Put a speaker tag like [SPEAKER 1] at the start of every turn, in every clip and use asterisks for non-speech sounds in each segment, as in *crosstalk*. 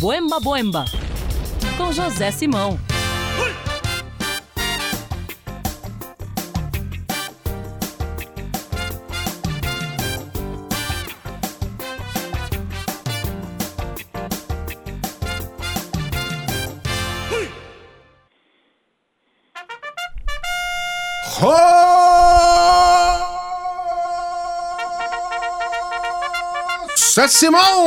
[SPEAKER 1] Boemba Boemba, com José Simão.
[SPEAKER 2] José Simão!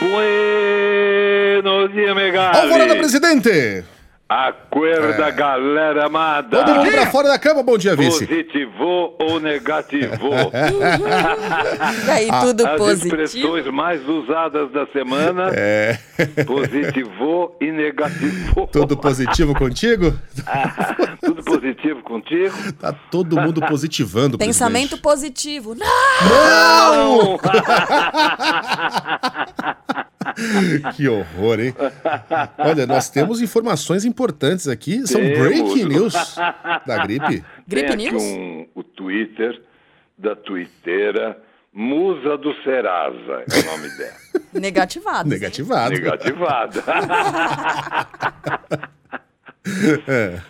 [SPEAKER 3] Buenos dias, Megali.
[SPEAKER 2] Alvorada, presidente!
[SPEAKER 3] Acorda, galera amada.
[SPEAKER 2] Todo mundo pra fora da cama, bom dia, vice.
[SPEAKER 3] Positivo ou negativo?
[SPEAKER 2] *laughs*
[SPEAKER 4] E Aí tudo
[SPEAKER 3] As
[SPEAKER 4] positivo.
[SPEAKER 3] expressões mais usadas da semana,
[SPEAKER 2] É. *laughs*
[SPEAKER 3] positivo e negativo. *laughs*
[SPEAKER 2] Tudo positivo contigo?
[SPEAKER 3] Tudo positivo contigo?
[SPEAKER 2] Tá todo mundo positivando,
[SPEAKER 4] Pensamento
[SPEAKER 2] presidente.
[SPEAKER 4] positivo.
[SPEAKER 2] *laughs*
[SPEAKER 4] Não!
[SPEAKER 2] Não! *laughs*
[SPEAKER 3] Então,
[SPEAKER 2] que horror, hein? Olha, nós temos informações importantes aqui. São
[SPEAKER 3] Temos.
[SPEAKER 2] breaking news da *laughs* gripe.
[SPEAKER 4] Gripe
[SPEAKER 3] Tem aqui
[SPEAKER 4] News?
[SPEAKER 3] um- o Twitter da Twitteira, Musa do Serasa, é o nome dela. *laughs*
[SPEAKER 4] Negativado.
[SPEAKER 2] Negativado.
[SPEAKER 3] Negativada.
[SPEAKER 2] *laughs* É.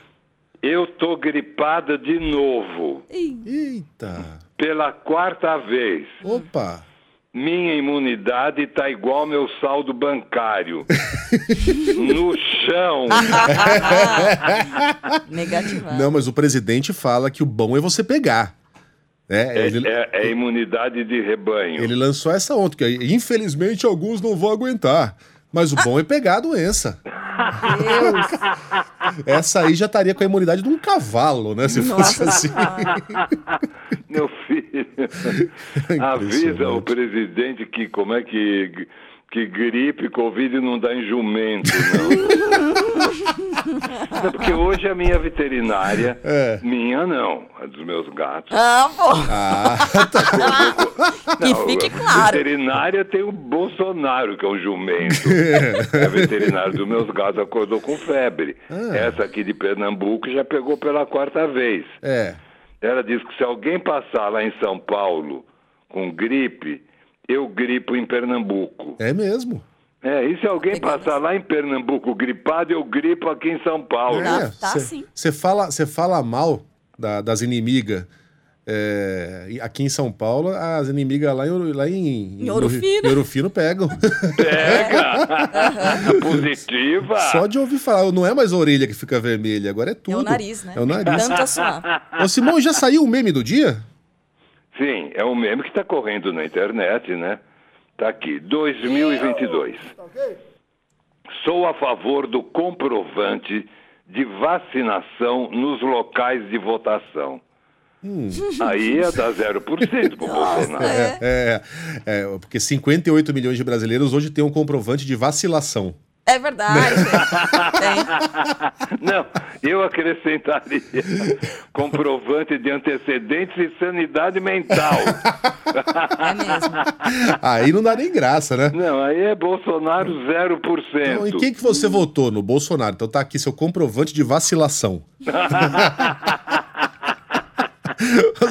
[SPEAKER 3] Eu tô gripada de novo,
[SPEAKER 2] Eita.
[SPEAKER 3] pela quarta vez.
[SPEAKER 2] Opa.
[SPEAKER 3] Minha imunidade tá igual meu
[SPEAKER 2] *laughs*
[SPEAKER 3] saldo bancário. no chão.
[SPEAKER 4] Negativado.
[SPEAKER 2] Não, mas o presidente fala que o bom é você pegar. né?
[SPEAKER 3] É,
[SPEAKER 2] ele,
[SPEAKER 3] é- é imunidade de rebanho.
[SPEAKER 2] ele lançou essa ontem, que infelizmente alguns não vão aguentar. Mas o bom é pegar a doença.
[SPEAKER 4] Deus.
[SPEAKER 2] Essa aí já estaria com a imunidade de um cavalo, né? Se fosse
[SPEAKER 4] Nossa *laughs*
[SPEAKER 2] assim.
[SPEAKER 4] Senhora.
[SPEAKER 3] Meu filho,
[SPEAKER 2] É
[SPEAKER 3] avisa o presidente que como é que, que gripe, Covid não dá em jumento, não. Não, Porque hoje a minha veterinária,
[SPEAKER 2] É.
[SPEAKER 3] minha não, a dos meus gatos.
[SPEAKER 4] Ah, pô. Ah, que
[SPEAKER 3] Não,
[SPEAKER 4] fique claro.
[SPEAKER 3] Veterinária tem o Bolsonaro, que é um jumento. a veterinária dos meus gatos acordou com febre. Essa aqui de Pernambuco já pegou pela quarta vez.
[SPEAKER 2] É.
[SPEAKER 3] Ela disse que se alguém passar lá em São Paulo com gripe, eu gripo em Pernambuco.
[SPEAKER 2] É mesmo.
[SPEAKER 3] É, e se alguém passar lá em Pernambuco gripado, eu gripo aqui em São Paulo.
[SPEAKER 4] Tá,
[SPEAKER 2] é.
[SPEAKER 4] tá
[SPEAKER 2] Cê-
[SPEAKER 4] sim.
[SPEAKER 2] Você fala, cê fala mal da- das inimigas é, e aqui em São Paulo, as inimigas lá em, Ouro- lá em,
[SPEAKER 4] Em Ouro
[SPEAKER 2] no Rio-
[SPEAKER 4] Fino.
[SPEAKER 2] em Ouro Fino pegam.
[SPEAKER 4] *laughs*
[SPEAKER 3] Pega! Positiva!
[SPEAKER 2] Só de ouvir falar. Não é mais a orelha que fica vermelha, agora é tudo.
[SPEAKER 4] É o nariz, né?
[SPEAKER 2] É o nariz.
[SPEAKER 4] Tanto a suar.
[SPEAKER 2] *laughs* Ô, Simão, já saiu o meme do dia?
[SPEAKER 3] Sim, é um meme que está correndo na internet, né? Tá aqui, 2022. Sou a favor do comprovante de vacinação nos locais de votação.
[SPEAKER 2] Hum.
[SPEAKER 3] Aí é ia dar 0% pro Bolsonaro.
[SPEAKER 4] É.
[SPEAKER 2] É, é, porque 58 milhões de brasileiros hoje têm um comprovante de
[SPEAKER 3] *laughs*
[SPEAKER 2] vacilação.
[SPEAKER 4] É verdade. Tem.
[SPEAKER 3] *laughs* Não, eu acrescentaria comprovante de antecedentes e sanidade mental.
[SPEAKER 4] É mesmo.
[SPEAKER 2] Aí não dá nem graça, né?
[SPEAKER 3] Não, aí é Bolsonaro 0%.
[SPEAKER 2] Então, em quem que você votou? No Bolsonaro. Então tá aqui seu comprovante de
[SPEAKER 3] *laughs*
[SPEAKER 2] vacilação.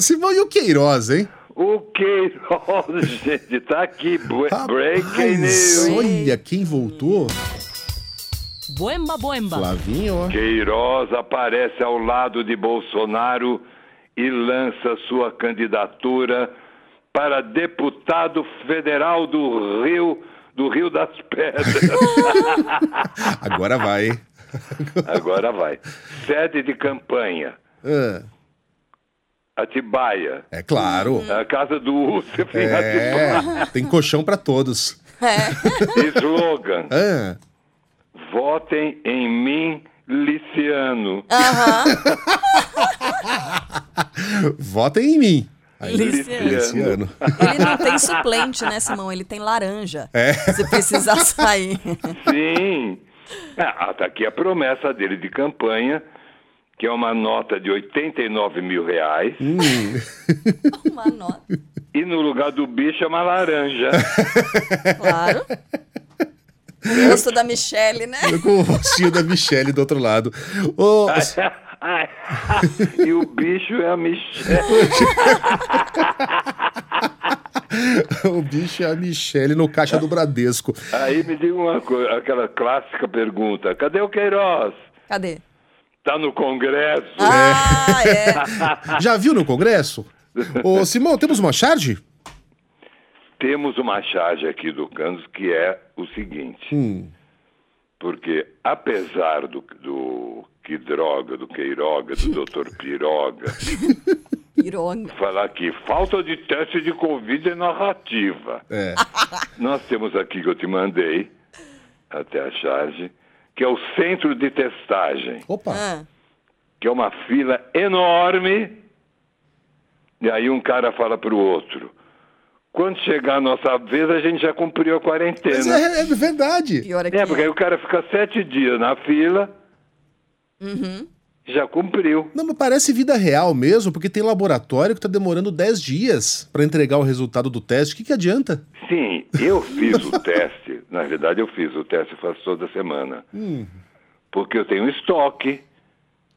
[SPEAKER 2] Simão e o Queiroz, hein?
[SPEAKER 3] O Queiroz, *laughs* gente, tá aqui. Bre breaking
[SPEAKER 2] Rapaz,
[SPEAKER 3] news.
[SPEAKER 2] olha quem voltou.
[SPEAKER 1] Boemba Boemba,
[SPEAKER 2] Flavinho, ó.
[SPEAKER 3] Queiroz aparece ao lado de Bolsonaro e lança sua candidatura para deputado federal do Rio, do Rio das Pedras.
[SPEAKER 2] Agora vai, hein?
[SPEAKER 3] Agora vai. Sede de campanha,
[SPEAKER 2] Ah,
[SPEAKER 3] Atibaia.
[SPEAKER 2] É claro.
[SPEAKER 3] A casa do Úcio em Atibaia.
[SPEAKER 2] É, tem colchão pra todos.
[SPEAKER 4] É.
[SPEAKER 3] Slogan:
[SPEAKER 2] Ah,
[SPEAKER 3] Votem em mim, Liciano.
[SPEAKER 2] votem em mim. Aí,
[SPEAKER 4] Liceano.
[SPEAKER 2] Liceano.
[SPEAKER 4] Ele não tem suplente, né, Simão? Ele tem laranja.
[SPEAKER 2] É.
[SPEAKER 4] Se precisar sair.
[SPEAKER 3] Sim. Ah, tá aqui a promessa dele de campanha, que é uma nota de 89 mil reais.
[SPEAKER 4] Uma nota.
[SPEAKER 3] E no lugar do bicho é uma laranja. *laughs*
[SPEAKER 4] Claro. O rosto da Michelle, né?
[SPEAKER 2] Eu com o rostinho da Michelle do outro lado. Ô,
[SPEAKER 3] Ai, e o bicho é a Michelle.
[SPEAKER 2] *laughs* o bicho é a Michelle no caixa do Bradesco.
[SPEAKER 3] Aí me diga uma coisa, aquela clássica pergunta: cadê o Queiroz?
[SPEAKER 4] Cadê?
[SPEAKER 3] Tá no Congresso?
[SPEAKER 4] Ah, é.
[SPEAKER 2] Já viu no Congresso? Ô, Simão, temos uma charge?
[SPEAKER 3] Temos uma charge aqui do Canos que é o seguinte.
[SPEAKER 2] Hum.
[SPEAKER 3] Porque apesar do, do que droga, do queiroga, do Dr. Piroga,
[SPEAKER 4] Piroga.
[SPEAKER 3] falar que falta de teste de Covid é narrativa.
[SPEAKER 2] É.
[SPEAKER 3] Nós temos aqui que eu te mandei, até a charge, que é o centro de testagem,
[SPEAKER 2] Opa.
[SPEAKER 4] Ah,
[SPEAKER 3] que é uma fila enorme, e aí um cara fala pro outro. Quando chegar a nossa vez, a gente já cumpriu a
[SPEAKER 2] Mas
[SPEAKER 3] quarentena.
[SPEAKER 2] é, é verdade.
[SPEAKER 4] pior aqui.
[SPEAKER 3] É, porque aí o cara fica sete dias na fila,
[SPEAKER 4] Uhum.
[SPEAKER 3] já cumpriu.
[SPEAKER 2] Não, mas parece vida real mesmo, porque tem laboratório que tá demorando 10 dias pra entregar o resultado do teste. O que, que adianta?
[SPEAKER 3] Sim, eu fiz
[SPEAKER 2] *laughs*
[SPEAKER 3] o teste, na verdade eu fiz o teste, eu faço toda semana.
[SPEAKER 2] Hum.
[SPEAKER 3] Porque eu tenho estoque.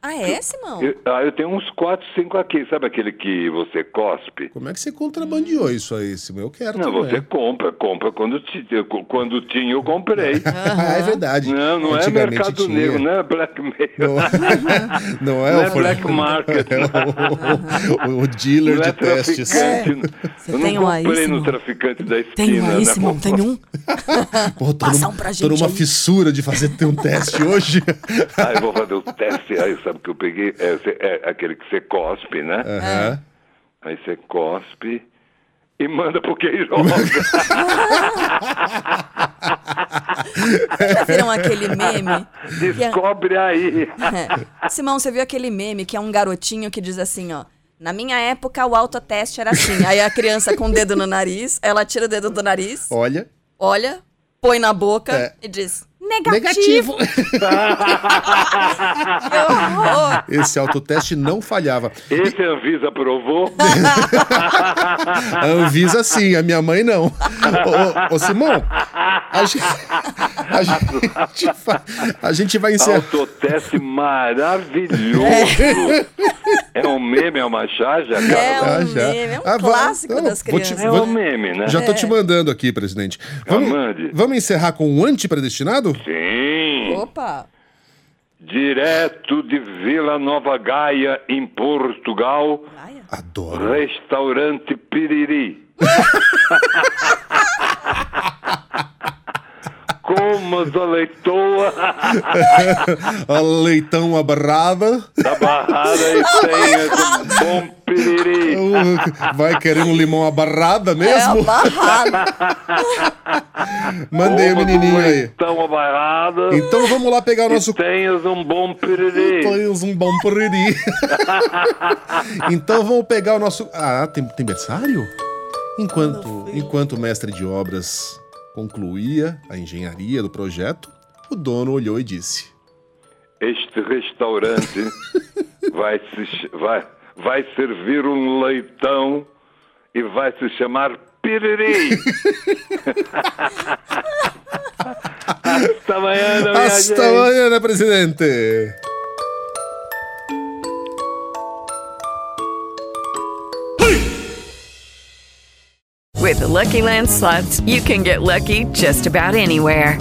[SPEAKER 4] Ah, é, Simão?
[SPEAKER 3] Eu, ah, eu tenho uns quatro, cinco aqui. Sabe aquele que você cospe?
[SPEAKER 2] Como é que você contrabandeou isso aí, Simão? Eu quero
[SPEAKER 3] Hum. Não,
[SPEAKER 2] também.
[SPEAKER 3] você compra, compra quando, ti- eu- quando tinha, eu comprei.
[SPEAKER 2] *laughs* Ah, é verdade.
[SPEAKER 3] Não, não é
[SPEAKER 2] Antigamente
[SPEAKER 3] mercado
[SPEAKER 2] tinha.
[SPEAKER 3] negro, não é black
[SPEAKER 2] *laughs* Não,
[SPEAKER 3] mail.
[SPEAKER 2] *laughs* não é,
[SPEAKER 3] Não
[SPEAKER 2] o
[SPEAKER 3] é
[SPEAKER 2] for-
[SPEAKER 3] black
[SPEAKER 2] *laughs*
[SPEAKER 3] market.
[SPEAKER 2] É o- o, o dealer
[SPEAKER 3] Não é
[SPEAKER 2] de testes.
[SPEAKER 3] traficante.
[SPEAKER 4] Você
[SPEAKER 3] Eu
[SPEAKER 4] tem
[SPEAKER 3] não
[SPEAKER 4] um aí,
[SPEAKER 3] comprei no
[SPEAKER 4] Simão?
[SPEAKER 3] traficante da esquina.
[SPEAKER 4] Tem um aí,
[SPEAKER 3] né?
[SPEAKER 4] Simão? Tem
[SPEAKER 3] *laughs*
[SPEAKER 4] um?
[SPEAKER 2] Pô, tô,
[SPEAKER 4] Passa
[SPEAKER 2] num-
[SPEAKER 4] um pra
[SPEAKER 2] tô
[SPEAKER 4] gente
[SPEAKER 2] numa
[SPEAKER 4] aí.
[SPEAKER 2] fissura de fazer ter um
[SPEAKER 4] *laughs*
[SPEAKER 2] teste hoje.
[SPEAKER 3] Ah, eu vou fazer o teste. Aí, sabe o que eu peguei? É, cê- é aquele que você cospe, né?
[SPEAKER 2] Aham.
[SPEAKER 3] Aí você cospe e manda
[SPEAKER 2] *laughs*
[SPEAKER 3] pro Queiroz.
[SPEAKER 4] Já viram aquele meme?
[SPEAKER 3] *laughs*
[SPEAKER 4] *laughs*
[SPEAKER 3] Descobre aí.
[SPEAKER 4] É. Simão, você viu aquele meme que é um garotinho que diz assim, ó. Na minha época, o autoteste era assim. Aí a criança com o dedo no nariz, ela tira o dedo do nariz,
[SPEAKER 2] Olha.
[SPEAKER 4] olha, põe na boca
[SPEAKER 2] É.
[SPEAKER 4] e diz: Negativo! Que
[SPEAKER 2] *laughs*
[SPEAKER 4] horror!
[SPEAKER 2] Esse autoteste não falhava.
[SPEAKER 3] Esse
[SPEAKER 2] *laughs*
[SPEAKER 3] Anvisa aprovou. *laughs*
[SPEAKER 2] A Anvisa sim, a minha mãe não. Ô, ô, ô, Simão, a gente, a gente vai, a gente vai encerrar.
[SPEAKER 3] Autoteste
[SPEAKER 4] *laughs*
[SPEAKER 3] maravilhoso. É um meme, é uma charja,
[SPEAKER 4] É
[SPEAKER 3] cara?
[SPEAKER 4] um
[SPEAKER 2] Ah, já.
[SPEAKER 4] meme, é um
[SPEAKER 2] Ah, va-
[SPEAKER 4] clássico
[SPEAKER 2] então,
[SPEAKER 4] das
[SPEAKER 2] vou te-
[SPEAKER 4] crianças.
[SPEAKER 3] Tá
[SPEAKER 4] É.
[SPEAKER 3] É um meme, né?
[SPEAKER 2] Já tô te mandando aqui, presidente.
[SPEAKER 3] mande.
[SPEAKER 2] Vamos, vamos encerrar com um antipredestinado?
[SPEAKER 3] Sim.
[SPEAKER 4] Opa!
[SPEAKER 3] Direto de Vila Nova Gaia, em Portugal,
[SPEAKER 4] Praia?
[SPEAKER 2] Adoro. *laughs*
[SPEAKER 3] restaurante Piriri. Comas a leitoa
[SPEAKER 2] A leitão abarrada.
[SPEAKER 3] da barrada e tenha um bom piriri.
[SPEAKER 2] *laughs* Uh, Vai querer um limão abarrada
[SPEAKER 4] É a
[SPEAKER 2] mesmo?
[SPEAKER 4] barrada.
[SPEAKER 2] *laughs* Mandei o
[SPEAKER 3] Comas
[SPEAKER 2] menininho
[SPEAKER 3] um
[SPEAKER 2] aí.
[SPEAKER 3] leitão a barrada.
[SPEAKER 2] Então vamos lá pegar o nosso
[SPEAKER 3] E tenhas um bom piriri.
[SPEAKER 2] Põe um bom porriri. *laughs* então vamos pegar o nosso. Ah, tem, tem berçário? Enquanto, enquanto o mestre de obras concluía a engenharia do projeto, o dono olhou e disse:
[SPEAKER 3] Este restaurante vai, se, ch- vai, vai servir um leitão e vai se chamar Piriri. Hasta amanhã, minha gente.
[SPEAKER 2] Hasta amanhã, presidente!
[SPEAKER 5] With the Lucky Land slots, you can get lucky just about anywhere.